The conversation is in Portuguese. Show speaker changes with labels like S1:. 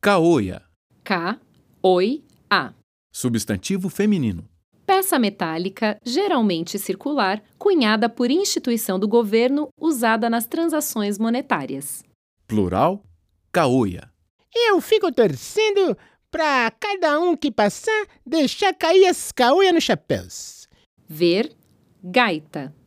S1: Caoia,
S2: K, oi, a.
S1: substantivo feminino.
S2: Peça metálica, geralmente circular, cunhada por instituição do governo, usada nas transações monetárias.
S1: Plural, caoia.
S3: Eu fico torcendo pra cada um que passar deixar cair as caolhas nos chapéus.
S2: Ver, gaita.